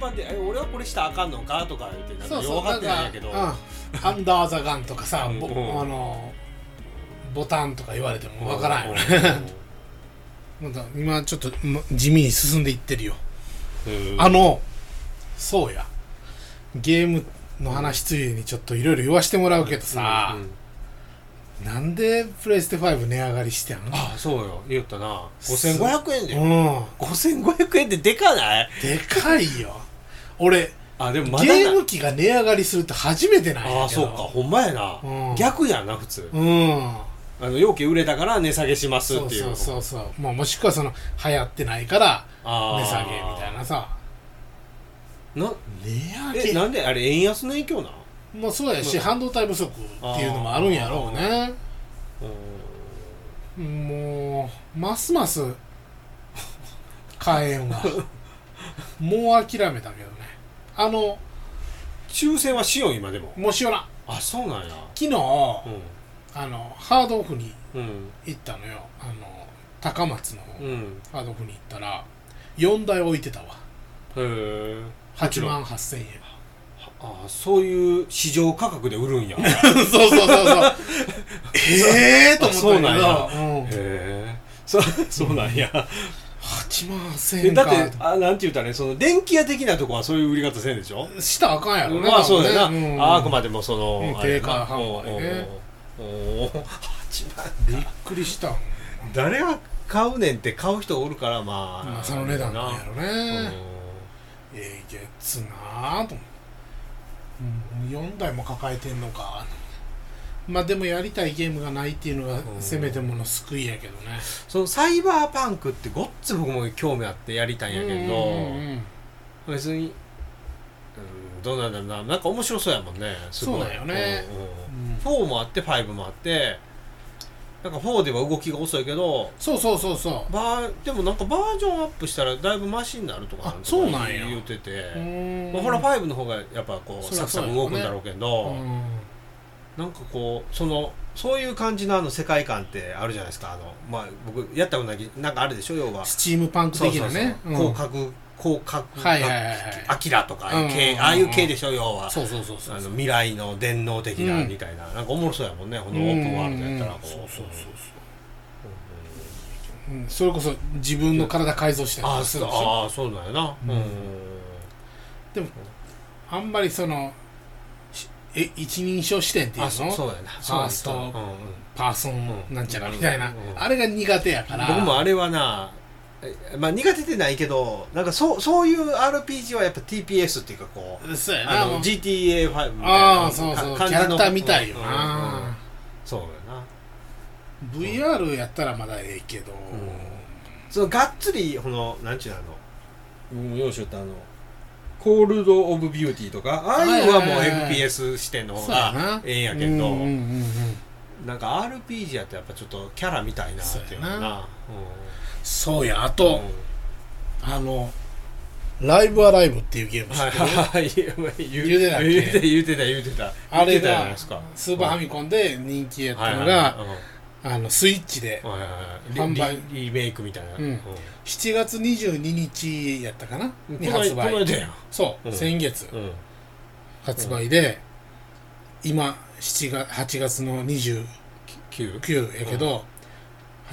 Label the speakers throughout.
Speaker 1: まで「え俺はこれしたらあかんのか?」とか言ってなん
Speaker 2: そ
Speaker 1: か
Speaker 2: うそ
Speaker 1: 弱がっ
Speaker 2: うだか
Speaker 1: て
Speaker 2: ら
Speaker 1: ないんやけど
Speaker 2: うん、アンダーザガンとかさ、ぼ
Speaker 1: うん
Speaker 2: あのボタンとか言われてもわからんよね まだ今ちょっとま地味に進んでいってるよ、
Speaker 1: うん
Speaker 2: あのそうやゲームの話ついでにちょっといろいろ言わしてもらうけどさ、
Speaker 1: うんうん
Speaker 2: なんでプレイステ5値上がりしてんの
Speaker 1: あそうよ言ったな5500円で
Speaker 2: うん
Speaker 1: 5500円ってでかない
Speaker 2: でかいよ俺
Speaker 1: あでもまだ
Speaker 2: ゲ
Speaker 1: な
Speaker 2: ーム機が値上がりするって初めてなんやけど
Speaker 1: ああそうかほんまやな、
Speaker 2: うん
Speaker 1: 逆やんな普通、
Speaker 2: うん
Speaker 1: あの容器売れたから値下げします
Speaker 2: そ
Speaker 1: っ
Speaker 2: う
Speaker 1: ていう
Speaker 2: そうそうそう、まあ、もしくはその流行ってないから
Speaker 1: ああ
Speaker 2: 値下げみたいなさ
Speaker 1: な
Speaker 2: 値
Speaker 1: え
Speaker 2: 上げ
Speaker 1: なんであれ円安の影響なん
Speaker 2: もうそうやし
Speaker 1: ま
Speaker 2: 半導体不足っていうのもあるんやろうねもうますます買えん わもう諦めたけどねあの
Speaker 1: 抽選はしよう今でも
Speaker 2: もしよな
Speaker 1: あそうなんや
Speaker 2: 昨日
Speaker 1: う
Speaker 2: あのハードオフに
Speaker 1: んうん
Speaker 2: 行ったのよあの高松の方、
Speaker 1: うん
Speaker 2: ハードオフに行ったら4台置いてたわ
Speaker 1: へえ
Speaker 2: 8万8000円
Speaker 1: ああそういう市場価格で売るん やへ
Speaker 2: そうそうそうそうええと思ったんやけど
Speaker 1: あ
Speaker 2: うん
Speaker 1: えそ そうなんや、
Speaker 2: 8万
Speaker 1: え
Speaker 2: 8000円
Speaker 1: だ
Speaker 2: か
Speaker 1: ってあなんて言ったらねその電気屋的なとこはそういう売り方せんでしょ
Speaker 2: したらあかんやろね
Speaker 1: まあそうだよな、
Speaker 2: 多分ねん
Speaker 1: ああくまでもその、
Speaker 2: うん
Speaker 1: あれやな
Speaker 2: 定価販売ね
Speaker 1: おーおーおー8万
Speaker 2: びっくりした
Speaker 1: 誰が買うねんって買う人おるからまあ、
Speaker 2: まあその値段なんやろ
Speaker 1: な
Speaker 2: ねええげつなあと思って、うん、4台も抱えてんのかまあでもやりたいゲームがないっていうのが
Speaker 1: うん
Speaker 2: せめてもの救いやけどね
Speaker 1: そのサイバーパンクってごっつ僕も興味あってやりたいんやけど、
Speaker 2: うんうんうん
Speaker 1: 別に、うん、どうなんだろうななんか面白そうやもんねすごい
Speaker 2: そうだよね
Speaker 1: うんうん
Speaker 2: う
Speaker 1: 4
Speaker 2: ん
Speaker 1: もあって5もあってなんか4では動きが遅いけど
Speaker 2: そうそうそうそ
Speaker 1: バーでもなんかバージョンアップしたらだいぶマシになるとか
Speaker 2: あそうなんや
Speaker 1: 言うてて、
Speaker 2: ううん
Speaker 1: まあ、ほら5の方がやっぱこう
Speaker 2: そり
Speaker 1: サ
Speaker 2: ゃ
Speaker 1: クサ
Speaker 2: そう
Speaker 1: ク
Speaker 2: や
Speaker 1: 動
Speaker 2: ろ
Speaker 1: く
Speaker 2: ね
Speaker 1: んだろうけど、
Speaker 2: うん
Speaker 1: なんかこうそのそういう感じのあの世界観ってあるじゃないですかあの、まあ、僕やったことないけどなんかあるでしょ要は
Speaker 2: スチームパンク
Speaker 1: そう
Speaker 2: 的
Speaker 1: そう
Speaker 2: な
Speaker 1: そう
Speaker 2: ね
Speaker 1: 広
Speaker 2: うん
Speaker 1: 角広角
Speaker 2: はいはいはいはい
Speaker 1: アキラとか
Speaker 2: うん
Speaker 1: 系、ああいう系でしょ要は
Speaker 2: そうそうそうそう
Speaker 1: あの未来の電脳的な
Speaker 2: うん
Speaker 1: みたいな、なんかおもろそうやもんねこのオープンワールドやったらこ
Speaker 2: うんそうそうそう
Speaker 1: う
Speaker 2: うんそれこそ自分の体改造したり
Speaker 1: んあ
Speaker 2: とか
Speaker 1: あ
Speaker 2: す
Speaker 1: そ
Speaker 2: る
Speaker 1: う
Speaker 2: でしょ
Speaker 1: ああそうだよなうん、
Speaker 2: うんあんまりそのしえ一人称視点っていう
Speaker 1: あそ
Speaker 2: の
Speaker 1: そうやな
Speaker 2: ファースト
Speaker 1: そうやなうんうん
Speaker 2: パーソンなんちゃらみたいな、
Speaker 1: うんうん
Speaker 2: あれが苦手やから
Speaker 1: 僕もあれはなえまあ苦手でないけどなんかそうそういう RPG はやっぱ TPS っていうかこう
Speaker 2: そうやな
Speaker 1: あの
Speaker 2: もう
Speaker 1: GTA5 みたいな
Speaker 2: ああそうそう
Speaker 1: か感
Speaker 2: キ
Speaker 1: じ
Speaker 2: ャ
Speaker 1: の
Speaker 2: ラクターみたいよ
Speaker 1: うんうんうん
Speaker 2: な、
Speaker 1: そうだよな
Speaker 2: VR やったらまだええけど、
Speaker 1: そのがっつりこのなんちゅうのあの僕もようしよったあのコールド・オブ・ビューティーとかああいうのはもう
Speaker 2: はいはいはい
Speaker 1: FPS 視点の方
Speaker 2: そうやな
Speaker 1: がええんや
Speaker 2: う
Speaker 1: け
Speaker 2: んうん
Speaker 1: ど
Speaker 2: うんうん
Speaker 1: なんか RPG やとやっぱちょっとキャラみたいなっていうのか
Speaker 2: そうや
Speaker 1: な
Speaker 2: そうやあ
Speaker 1: うん
Speaker 2: と、あの「ライブ・アライブ」っていうゲーム知
Speaker 1: はい
Speaker 2: ってる、
Speaker 1: はいはい言う
Speaker 2: 言うてたっけ
Speaker 1: 言うてた言うてた言うてた
Speaker 2: あ
Speaker 1: 言うて
Speaker 2: れが
Speaker 1: たじゃないですか
Speaker 2: スーパーファミコンで人気やったのが、あのスイッチで
Speaker 1: うんはいはいはいリ
Speaker 2: 販売
Speaker 1: リリメイクみたいな
Speaker 2: うん
Speaker 1: うん
Speaker 2: 7月22日やったかな
Speaker 1: こ
Speaker 2: に
Speaker 1: の間
Speaker 2: 発
Speaker 1: この
Speaker 2: 売
Speaker 1: 間やん
Speaker 2: そう、
Speaker 1: うん
Speaker 2: 先月
Speaker 1: うん
Speaker 2: 発売で、今7月8月の29
Speaker 1: 9
Speaker 2: やけど、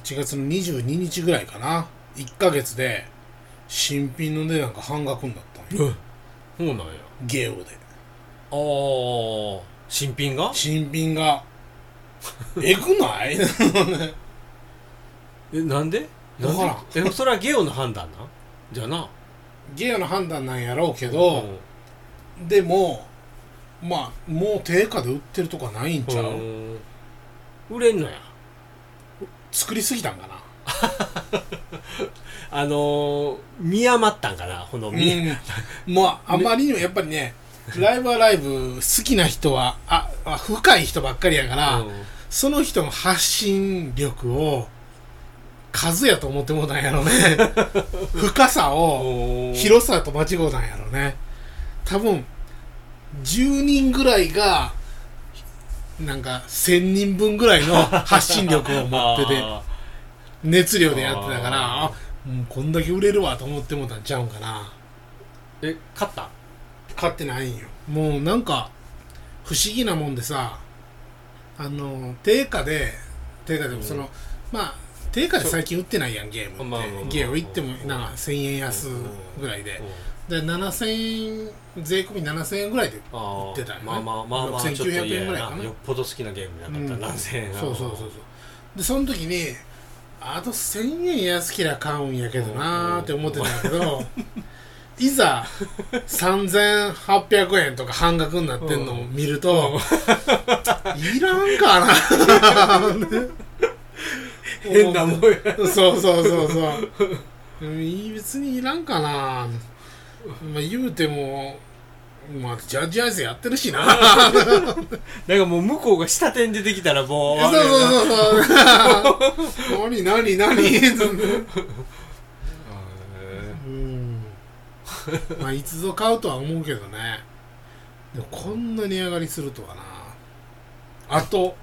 Speaker 2: 8月の22日ぐらいかな1ヶ月で新品の値段が半額になったんよ
Speaker 1: そうなんや
Speaker 2: ゲオで
Speaker 1: ああ新品が
Speaker 2: 新品がえぐない
Speaker 1: えなんでな
Speaker 2: わ
Speaker 1: んでえそれはゲオの判断なんじゃな
Speaker 2: ゲオの判断なんやろうけ
Speaker 1: う
Speaker 2: ど、
Speaker 1: ん
Speaker 2: でもまあもう定価で売ってるとかないんちゃう、
Speaker 1: うん売れんのや
Speaker 2: 作りすぎたんかな
Speaker 1: あのー、見余ったんかなこの見、
Speaker 2: うん、もうあまりにもやっぱりねライブはライブ好きな人はああ深い人ばっかりやから、
Speaker 1: うん
Speaker 2: その人の発信力を数やと思ってもうたんやろね深さを
Speaker 1: おー
Speaker 2: 広さと間違うたんやろね多分10人ぐらいがなんか1000人分ぐらいの発信力を持って て
Speaker 1: あ
Speaker 2: 熱量でやってたか
Speaker 1: あ
Speaker 2: ら
Speaker 1: ー
Speaker 2: あもうこんだけ売れるわと思ってもうたんちゃうんかな
Speaker 1: ーえ勝った
Speaker 2: 買ってないんよもうなんか不思議なもんでさあの定価で定価でもその、
Speaker 1: うん
Speaker 2: まあ定価で最近売ってないやんゲームって、
Speaker 1: まあまあまあまあ
Speaker 2: ゲーム行ってもなんか1000円安ぐらいで、で7000円税込み7000円ぐらいで
Speaker 1: あ
Speaker 2: 売ってたよね
Speaker 1: まあまあまあまあちょっと
Speaker 2: 6900
Speaker 1: 嫌
Speaker 2: 円ぐらい
Speaker 1: や
Speaker 2: か
Speaker 1: な
Speaker 2: な
Speaker 1: よっぽど好きなゲームやかったら何千円な
Speaker 2: そうそうそうそうでその時にあと1000円安きら買うんやけどなーって思ってたんや けどいざ3800円とか半額になってんのを見るといらんかな
Speaker 1: 変なもんや
Speaker 2: そうそうそうそううんいい別にいらんかなまあ言うてもまあジャッジアイスやってるしな
Speaker 1: なんかもう向こうが下手に出てきたらもう
Speaker 2: そうそうそう そう何何何うんまあいつぞ買うとは思うけどねでもこんな値上がりするとはなあと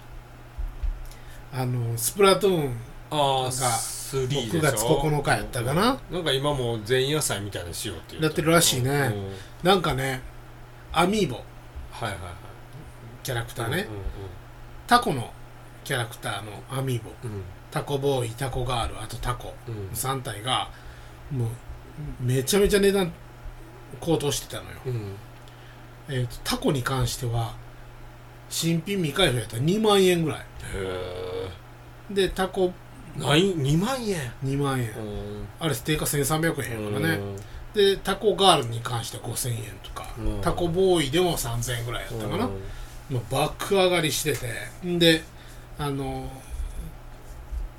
Speaker 2: あのスプラトゥーン
Speaker 1: ああ
Speaker 2: なんか
Speaker 1: 3でしょ
Speaker 2: 9月9日やったかな
Speaker 1: なんか今もう前夜祭みたいにしようっていう
Speaker 2: やってるらしいね
Speaker 1: うん
Speaker 2: なんかねアミーボ
Speaker 1: はいはいはい
Speaker 2: キャラクターね
Speaker 1: うん
Speaker 2: タコのキャラクターのアミーボ
Speaker 1: うんうん
Speaker 2: タコボーイタコガールあとタコ
Speaker 1: うん
Speaker 2: 3体がもうめちゃめちゃ値段高騰してたのよ
Speaker 1: うん
Speaker 2: えーとタコに関しては新品未開封やったら2万円ぐらい
Speaker 1: へ
Speaker 2: でタコ
Speaker 1: えない2万円
Speaker 2: 2万円
Speaker 1: うん
Speaker 2: あれ定価1300円やからね
Speaker 1: うん
Speaker 2: でタコガールに関しては5000円とか
Speaker 1: うん
Speaker 2: タコボーイでも3000円ぐらいやったかな
Speaker 1: うん
Speaker 2: もう爆上がりしててんであの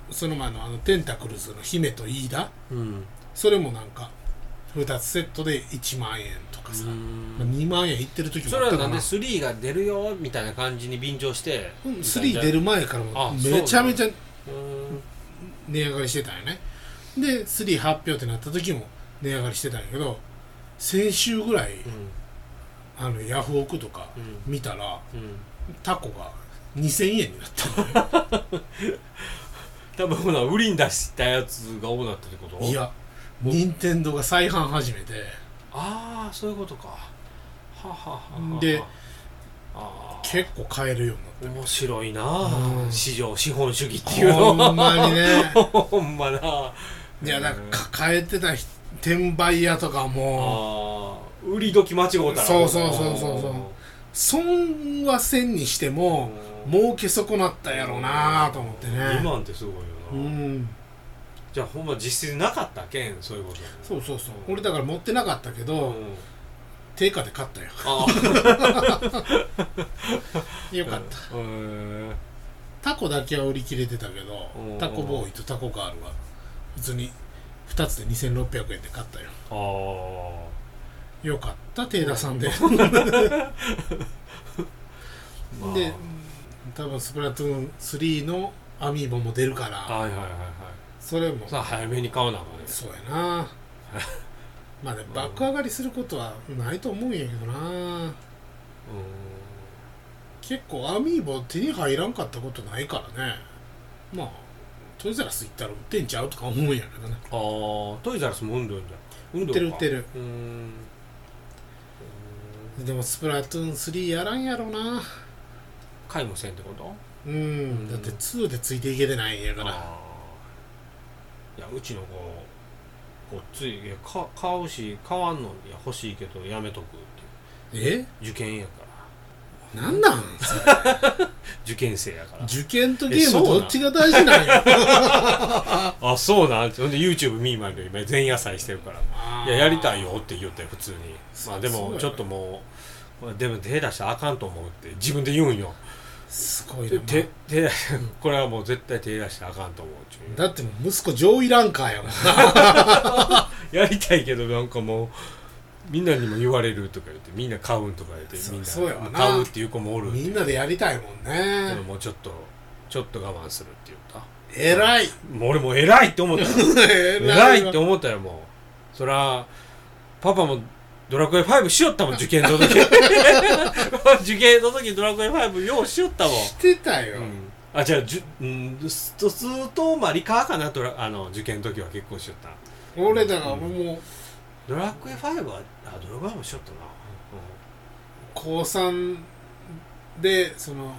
Speaker 2: その前のあのテンタクルズの姫と飯田
Speaker 1: うん
Speaker 2: それもなんか2つセットで1万円とかさ、まあ2万円いってる時も
Speaker 1: そ
Speaker 2: あ
Speaker 1: れ
Speaker 2: っ
Speaker 1: は
Speaker 2: たか
Speaker 1: なんで
Speaker 2: な
Speaker 1: 3が出るよみたいな感じに便乗して
Speaker 2: うん3出る前からも
Speaker 1: あ
Speaker 2: めちゃめちゃ
Speaker 1: うん
Speaker 2: 値上がりしてたんよねで3発表ってなった時も値上がりしてたんやけど先週ぐらい
Speaker 1: うん
Speaker 2: あのヤフオクとか
Speaker 1: うん
Speaker 2: 見たら
Speaker 1: うん
Speaker 2: タコが2000円になった
Speaker 1: 多分ほな売りに出したやつが多なったってこと
Speaker 2: いや任天堂が再販始めて
Speaker 1: ああそういうことかはあはあはあ
Speaker 2: で
Speaker 1: あー
Speaker 2: 結構買えるようになっ
Speaker 1: 面白いな
Speaker 2: う
Speaker 1: あ
Speaker 2: ん
Speaker 1: 市場資本主義っていう
Speaker 2: た
Speaker 1: の
Speaker 2: ほんまにね
Speaker 1: ほんまない
Speaker 2: やだから抱えてた人転売屋とかも
Speaker 1: あー売り時間違うたら
Speaker 2: そうそうそうそうそう損はせんにしても儲け損なったやろうなと思ってね
Speaker 1: 今ってすごいよ
Speaker 2: う
Speaker 1: な、
Speaker 2: ん
Speaker 1: じゃあほんま実質なかったけんそういうことやね
Speaker 2: そうそうそう俺だから持ってなかったけど、
Speaker 1: うん
Speaker 2: 定価で買 ったよ
Speaker 1: あ
Speaker 2: よ
Speaker 1: あ
Speaker 2: かった、
Speaker 1: うんうん
Speaker 2: タコだけは売り切れてたけど
Speaker 1: うん
Speaker 2: タコボーイとタコガールは普通に2つで2600円で買ったよ
Speaker 1: ああ
Speaker 2: よかった定田さんで
Speaker 1: まあ
Speaker 2: で多分スプラトゥーン3のアミーボも出るから
Speaker 1: はいはいはいは
Speaker 2: それも
Speaker 1: いさあ早めに買うなあかんね
Speaker 2: そうや なまあね爆上がりすることはないと思うんやけどな
Speaker 1: う
Speaker 2: 結構アミーボ手に入らんかったことないからねまあトイザらス行ったら売ってんちゃうとか思うんやけどね
Speaker 1: んああトイザらスも運動じゃん運動
Speaker 2: 売ってる売ってる
Speaker 1: うーん
Speaker 2: でもスプラトゥーン3やらんやろな
Speaker 1: 買いもせんってこと
Speaker 2: うん、
Speaker 1: ん
Speaker 2: だって2でついていけてないんやから
Speaker 1: あーいやうちの子ごっついいやか買うし買わんのいや欲しいけどやめとくって
Speaker 2: え
Speaker 1: 受験やから
Speaker 2: なんなん
Speaker 1: 受験生やから
Speaker 2: 受験とゲ
Speaker 1: え
Speaker 2: ー
Speaker 1: そう
Speaker 2: ム
Speaker 1: なん
Speaker 2: どっちが大 事なんや
Speaker 1: あそうなんほんで YouTube 見ーまんで今前夜祭してるからいややりたいよって言ったよ普通にまあで
Speaker 2: そうや
Speaker 1: も
Speaker 2: ね
Speaker 1: ちょっともうまあでも手出したらあかんと思うって自分で言うんよ
Speaker 2: すごいな、
Speaker 1: 手
Speaker 2: まあ
Speaker 1: 手出しこれはもう絶対手出したらあかんと思うっていう
Speaker 2: だってもう息子上位ランカーやもん
Speaker 1: やりたいけどなんかもうみんなにも言われるとか言ってみんな買うんとか言って
Speaker 2: そう
Speaker 1: みん
Speaker 2: そうやわ
Speaker 1: な
Speaker 2: な
Speaker 1: 買う っていう子もおるって
Speaker 2: み
Speaker 1: いうん
Speaker 2: なでやりたいもん
Speaker 1: で
Speaker 2: ね
Speaker 1: ももうちょっとちょっと我慢するって言った
Speaker 2: 偉い
Speaker 1: もう俺もう 偉いって思った
Speaker 2: 偉
Speaker 1: 偉
Speaker 2: い
Speaker 1: いって思ったよもうそらパパもドラクエ5しよったもん受験の 時受験の時ドラクエ5ようしよったもん
Speaker 2: してたよ、
Speaker 1: うんあじゃあじゅうんストスーとマリカーかなドラあの受験の時は結構しよった
Speaker 2: 俺だから
Speaker 1: うん
Speaker 2: もう
Speaker 1: ドラクエ5はあドラクエ5もしよったな、
Speaker 2: 高3でその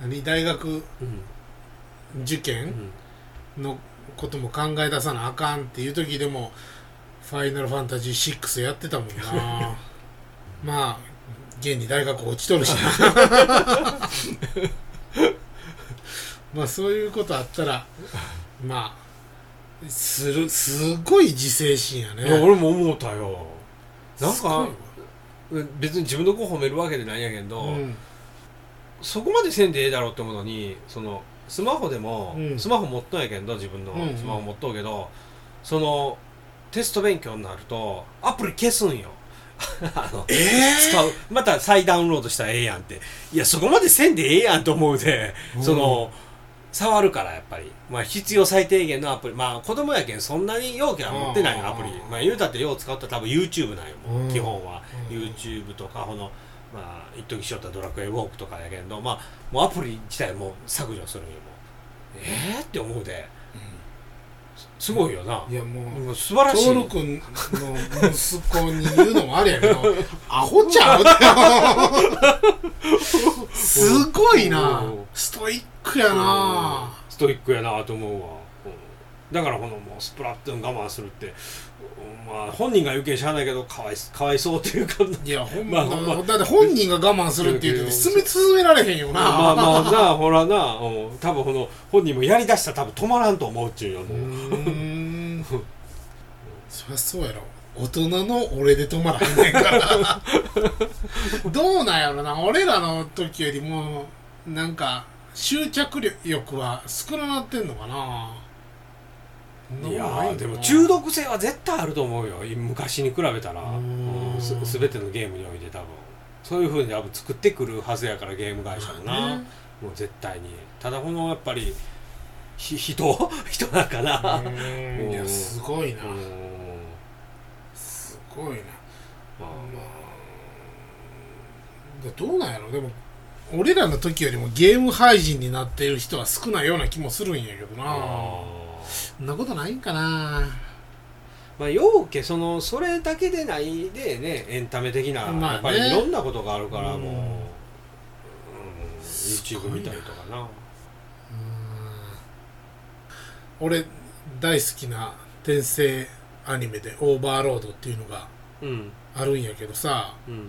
Speaker 2: 何大学
Speaker 1: うん
Speaker 2: 受験のことも考え出さなあかんっていう時でも「ファイナルファンタジー6」やってたもん なまあ現に大学落ちとるしな まあそういうことあったらまあするすごい自制心や
Speaker 1: うんいや
Speaker 2: ね
Speaker 1: 俺も思うたよなん
Speaker 2: すご
Speaker 1: か
Speaker 2: いわ
Speaker 1: 別に自分の子褒めるわけでないんやけど、
Speaker 2: うん
Speaker 1: そこまでせんでええだろうって思うのにそのスマホでも、
Speaker 2: うん
Speaker 1: スマホ持っとんやけど自分の
Speaker 2: うんうん
Speaker 1: スマホ持っとうけど、そのテスト勉強になるとアプリ消すんよ あの
Speaker 2: え
Speaker 1: 使うまた再ダウンロードしたらええやんっていやそこまでせんでええやんと思うで、
Speaker 2: うん
Speaker 1: その触るからやっぱり、まあ、必要最低限のアプリまあ子供やけんそんなに容器は持ってない
Speaker 2: うん
Speaker 1: よアプリ、まあ、言うたってよう使うと多分 YouTube なんよもう
Speaker 2: うん
Speaker 1: 基本は、
Speaker 2: うん
Speaker 1: YouTube とかこのまあ一時しよったドラクエウォークとかやけんどまあもうアプリ自体もう削除するんよもうえー、って思うでそすごいよな、
Speaker 2: いやもう
Speaker 1: もう素晴らしい
Speaker 2: 長野くんの息子に言うのもあれやけ どアホちゃうってすごいな
Speaker 1: うん
Speaker 2: ストイックやな
Speaker 1: ストイックやなと思うわ、うんだからこのもうスプラトゥーン我慢するって、うんまあ本人が言うけんしゃあないけどかわいかわいそうっていうか
Speaker 2: いやほん
Speaker 1: ま
Speaker 2: ま
Speaker 1: あほんま
Speaker 2: だって本人が我慢するって言って進め進められへんよな、
Speaker 1: まあまあなあほらなあ、うん、多分この本人もやりだしたら多分止まらんと思うっちゅうよ
Speaker 2: う
Speaker 1: もう、
Speaker 2: ーんそりゃそうやろ大人の俺で止まらへんねんから どうなんやろな俺らの時よりもなんか執着力は少ななってんのかなそんなもん
Speaker 1: いや
Speaker 2: ないよ
Speaker 1: ー
Speaker 2: な
Speaker 1: でも中毒性は絶対あると思うよ昔に比べたら、
Speaker 2: うん
Speaker 1: うんす全てのゲームにおいて多分そういうふうに多分作ってくるはずやからゲーム会社もな、
Speaker 2: ね
Speaker 1: もう絶対にただこのやっぱりひ人人だから、
Speaker 2: うーんいやすごいな
Speaker 1: うん
Speaker 2: すごいな
Speaker 1: ま
Speaker 2: ま
Speaker 1: あ
Speaker 2: あでどうなんやろでも俺らの時よりもゲーム配信になってる人は少ないような気もするんやけどなそんなことないんかな
Speaker 1: まあ、ようけそのそれだけでないでねエンタメ的な、
Speaker 2: まあね
Speaker 1: やっぱりいろんなことがあるから、
Speaker 2: うん
Speaker 1: もう、うん、
Speaker 2: すご
Speaker 1: YouTube
Speaker 2: いな
Speaker 1: 見たりとかな
Speaker 2: うん俺大好きな転生アニメで「オーバーロード」っていうのが
Speaker 1: うん
Speaker 2: あるんやけどさ
Speaker 1: うん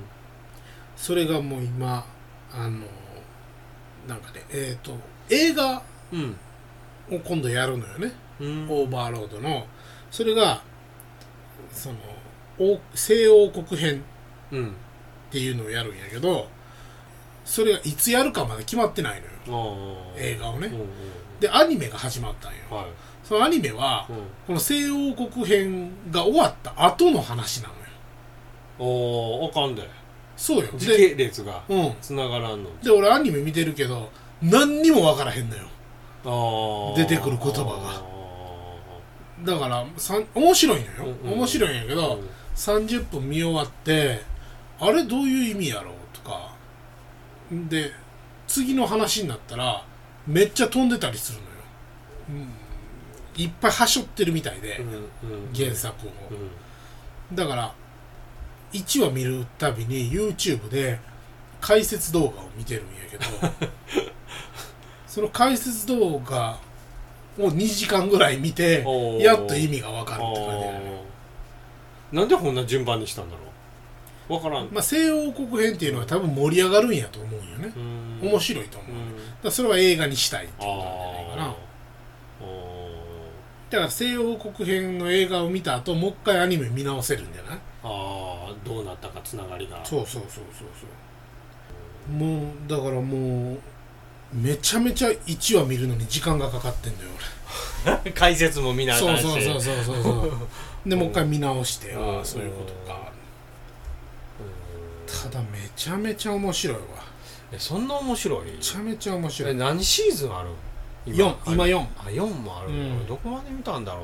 Speaker 2: それがもう今あのなんかねえっ、と映画
Speaker 1: うん
Speaker 2: を今度やるのよね
Speaker 1: うん
Speaker 2: オーバーロードのそれがそのお西欧国編
Speaker 1: うん
Speaker 2: っていうのをやるんやけどそれがいつやるかまで決まってないのよ
Speaker 1: ああ
Speaker 2: 映画をね
Speaker 1: うんうん
Speaker 2: でアニメが始まったんよ
Speaker 1: はい
Speaker 2: そのアニメは
Speaker 1: うん
Speaker 2: この西欧国編が終わった後の話なのよ
Speaker 1: おーあかんで
Speaker 2: そうよ
Speaker 1: 時
Speaker 2: で,、
Speaker 1: 系列が
Speaker 2: うん、
Speaker 1: つながらんの
Speaker 2: で俺アニメ見てるけど何にもわからへんのよ
Speaker 1: ああ
Speaker 2: 出てくる言葉だからさん面白いのよ、
Speaker 1: うんうん
Speaker 2: 面白いんやけど、30分見終わってあれどういう意味やろうとかで次の話になったらめっちゃ飛んでたりするのよ、うん、いっぱいはしょってるみたいで、原作を、だから1話見るたびに YouTube で解説動画を見てるんやけ どその解説動画を2時間ぐらい見て
Speaker 1: おー
Speaker 2: やっと意味が分かるって感じだよね
Speaker 1: あーなんでこんな順番にしたんだろうわからん、
Speaker 2: まあ、西欧国編っていうのは多分盛り上がるんやと思うんよね
Speaker 1: う、ん
Speaker 2: 面白いと思う、
Speaker 1: う
Speaker 2: だか
Speaker 1: ん
Speaker 2: らそれは映画にしたいって
Speaker 1: あ
Speaker 2: ことなんじゃないかな
Speaker 1: ー
Speaker 2: だから西欧国編の映画を見た後もう一回アニメ見直せるんじゃない
Speaker 1: あーどうなったかつながりが
Speaker 2: そうそうそうそうそうもうだからもうめちゃめちゃ1話見るのに時間がかかってんだよ
Speaker 1: 解説も見
Speaker 2: 俺
Speaker 1: な
Speaker 2: そう
Speaker 1: し
Speaker 2: そうそうそうそうそうでもう一回見直して、
Speaker 1: うん
Speaker 2: ああそういうことかただめちゃめちゃ面白いわ
Speaker 1: えそんな面白い
Speaker 2: めちゃめちゃ面白
Speaker 1: え
Speaker 2: い
Speaker 1: 何シーズンある
Speaker 2: 4今4
Speaker 1: あ4もある、
Speaker 2: うん
Speaker 1: どこまで見たんだろ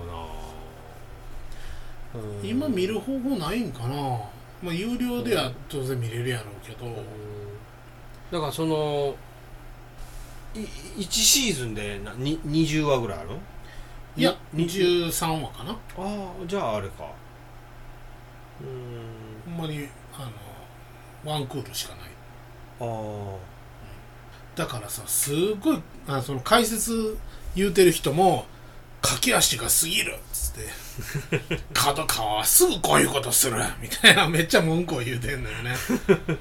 Speaker 1: うな、うん
Speaker 2: 今見る方法ないんかなまあ有料では当然見れるやろうけど、
Speaker 1: だからそのい1シーズンでなに20話ぐらいある
Speaker 2: いや
Speaker 1: に
Speaker 2: 23話かな
Speaker 1: ああじゃああれかうん
Speaker 2: ほんまにあのワンクールしかない
Speaker 1: ああ
Speaker 2: だからさすごいあその解説言うてる人も駆け足が過ぎるっつって角川はすぐこういうことするみたいなめっちゃ文句を言うてんのよねうん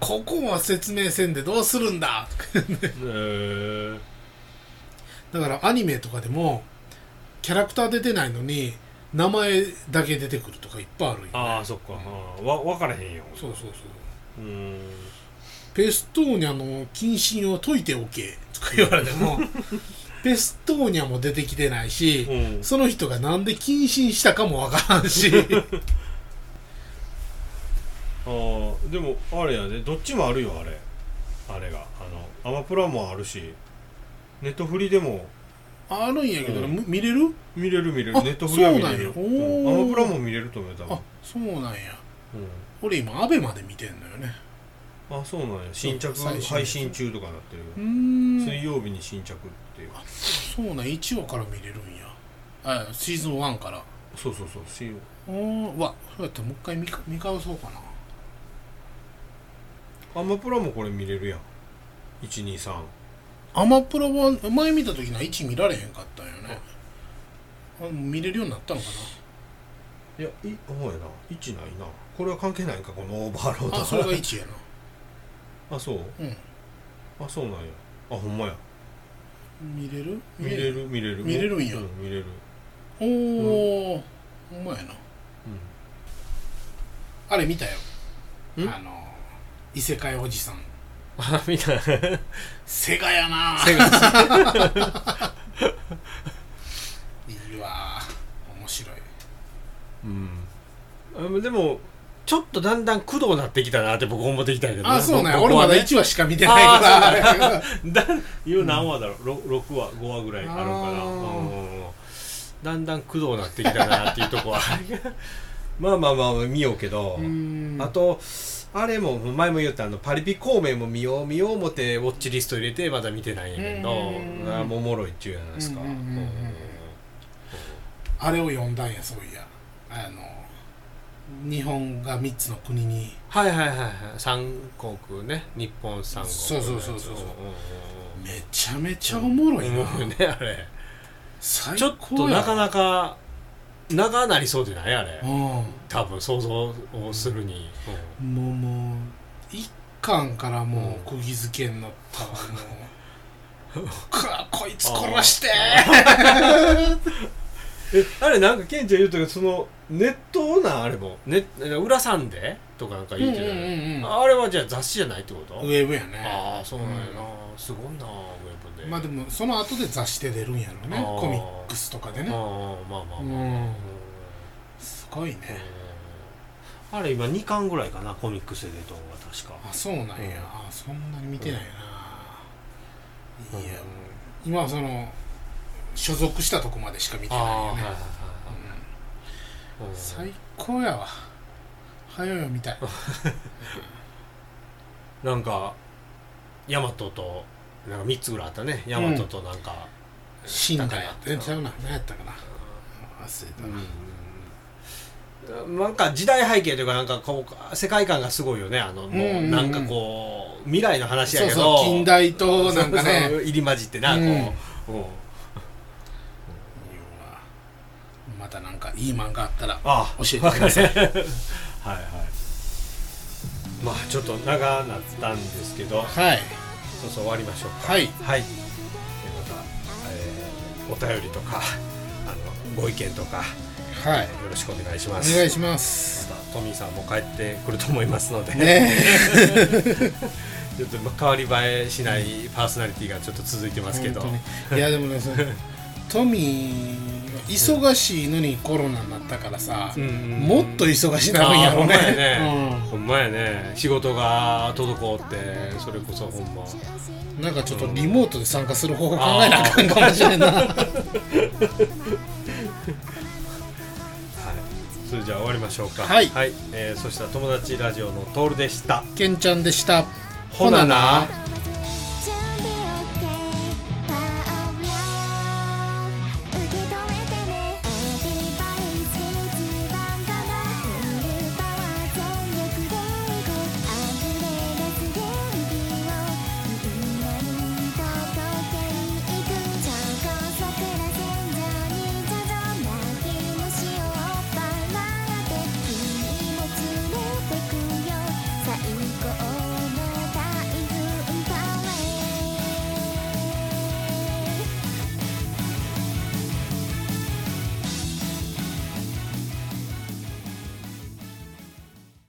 Speaker 2: ここは説明せんでどうするんだ
Speaker 1: へえ
Speaker 2: だからアニメとかでもキャラクター出てないのに名前だけ出てくるとかいっぱいあるよ、ね、
Speaker 1: ああそっか、うん、わ分からへんよ
Speaker 2: そうそうそ
Speaker 1: う
Speaker 2: う
Speaker 1: ん
Speaker 2: ペストーニャの謹慎を解いておけとか言われてもペストーニャも出てきてないし、
Speaker 1: うん
Speaker 2: その人がなんで謹慎したかもわからんし
Speaker 1: あーでもあれやでどっちもあるよあれあれがあのアマプラもあるしネットフリでも
Speaker 2: あるんやけど、
Speaker 1: うん
Speaker 2: む見れる
Speaker 1: 見れる見れる
Speaker 2: あ
Speaker 1: ネットフリは見れる
Speaker 2: そうなんやおー
Speaker 1: アマプラも見れると思うよ多
Speaker 2: あそうなんや
Speaker 1: 分
Speaker 2: 俺今アベまで見てんのよね
Speaker 1: あ,、うん、あそうなんや新着
Speaker 2: そう最新
Speaker 1: 配信中とかなってるよ
Speaker 2: うーん
Speaker 1: 水曜日に新着っていう
Speaker 2: そうなん1話から見れるんやあシーズン1から
Speaker 1: そうそうそう水曜
Speaker 2: おーうわそうやったらもう一回見か見返そうかな
Speaker 1: アマプラもこれ見れるやん123
Speaker 2: アマプラは前見た時の1見られへんかったんよねあもう見れるようになったのか
Speaker 1: いやいほうやな1ないなこれは関係ないんかこのオーバーロード
Speaker 2: なあそれが1や な
Speaker 1: あそう
Speaker 2: う
Speaker 1: あそうなんやあほんまや
Speaker 2: ん見れる
Speaker 1: 見れる見れる
Speaker 2: 見れるんや
Speaker 1: う見れ る
Speaker 2: おおほ、んまやな
Speaker 1: うん
Speaker 2: あれ見たよあ
Speaker 1: ん
Speaker 2: の異世界おじさん
Speaker 1: あみ たいな
Speaker 2: セガやな
Speaker 1: セガ
Speaker 2: いいわ面白い
Speaker 1: うんでもちょっとだんだん苦労なってきたなって僕思ってきたんやけど
Speaker 2: あそうなんや
Speaker 1: 僕
Speaker 2: 俺
Speaker 1: は
Speaker 2: まだ
Speaker 1: ね
Speaker 2: 1話しか見てないか ら
Speaker 1: だいう何話だろう、ろ6話5話ぐらいあるから
Speaker 2: あー
Speaker 1: うんだんだん苦労なってきたなっていうとこ はまあまあまあ見ようけど、
Speaker 2: うん
Speaker 1: あとあれも前も言ったあのパリピ孔明も見よう見よう思ってウォッチリスト入れてまだ見てないんやけど、
Speaker 2: うん
Speaker 1: あもうおもろいっちゅうじゃないですか、
Speaker 2: うんうんうんうんあれを読んだんやそういやあの日本が3つの国に
Speaker 1: はいはいはいはい三国ね日本三国
Speaker 2: そうそうそうそうそう
Speaker 1: ん
Speaker 2: ん
Speaker 1: ん
Speaker 2: めちゃめちゃおもろいな、
Speaker 1: うんねあれ
Speaker 2: 最
Speaker 1: ちょっ
Speaker 2: 高
Speaker 1: と
Speaker 2: や
Speaker 1: なかなか長なりそうでないあれ
Speaker 2: うん
Speaker 1: 多分想像をするに、
Speaker 2: もうもう一巻からもう釘付けになったわ、も うくわこいつ殺して
Speaker 1: えあれなんかケンちゃん言うとそのネットなあれも、ね、裏サンデーとかなんか
Speaker 2: うん
Speaker 1: 言
Speaker 2: うん
Speaker 1: うてる、
Speaker 2: うん
Speaker 1: あれはじゃあ雑誌じゃないってこと
Speaker 2: ウェブやね
Speaker 1: ああそうなんやな、すごいなウェブで、
Speaker 2: まあでもその後で雑誌で出るんやろう
Speaker 1: あ
Speaker 2: ね
Speaker 1: ー
Speaker 2: コミックスとかで
Speaker 1: あ
Speaker 2: ね
Speaker 1: あまあまあまあ、
Speaker 2: う
Speaker 1: うん
Speaker 2: んすごいね
Speaker 1: あれ今2巻ぐらいかなコミックスで出たのが確か
Speaker 2: あそうなんや
Speaker 1: うん
Speaker 2: あそんなに見てないな
Speaker 1: うん
Speaker 2: いや今はその所属したとこまでしか見て
Speaker 1: あ
Speaker 2: ない
Speaker 1: あは
Speaker 2: よ
Speaker 1: いはい
Speaker 2: ね
Speaker 1: はい
Speaker 2: うん
Speaker 1: はい、うん
Speaker 2: 最高やわ早いよみたい
Speaker 1: なんかヤマトとなんか3つぐらいあったねヤマトとなんか、
Speaker 2: 死んだやって
Speaker 1: うん
Speaker 2: ちゃうな何やったかな忘れたな
Speaker 1: なんか時代背景というかなんかこう世界観がすごいよねあのも
Speaker 2: うんうんう
Speaker 1: うんなんかこう未来の話や
Speaker 2: そう
Speaker 1: けど
Speaker 2: そう近代となんか
Speaker 1: そうそ
Speaker 2: ね
Speaker 1: う入り混じってなこう、うん
Speaker 2: またなんかいい漫画あったら
Speaker 1: あ
Speaker 2: 教えてください
Speaker 1: はいはいまあちょっと長なったんですけど
Speaker 2: はい
Speaker 1: そうそう終わりましょうか
Speaker 2: はい
Speaker 1: はい、でまた、えーお便りとかあのご意見とか
Speaker 2: はい
Speaker 1: よろしくお願いします
Speaker 2: お願いします
Speaker 1: またトミーさんも帰ってくると思いますので、
Speaker 2: ね
Speaker 1: ちょっとまあ変わり映えしないパーソナリティがちょっと続いてますけ
Speaker 2: え
Speaker 1: ど、
Speaker 2: 本当にいやでもねそのトミー忙しいのにコロナになったからさ
Speaker 1: うんうん
Speaker 2: もっと忙しなるんやろうね
Speaker 1: あーほんまやね仕事が滞ってそれこそほんま
Speaker 2: うんなんかちょっとリモートで参加する方法考えなあかんかもしれ んな
Speaker 1: はいそれじゃあ終わりましょうか
Speaker 2: はい
Speaker 1: えーそしたら友達ラジオのトールでした
Speaker 2: けんちゃんでした。
Speaker 1: ほなな
Speaker 3: 「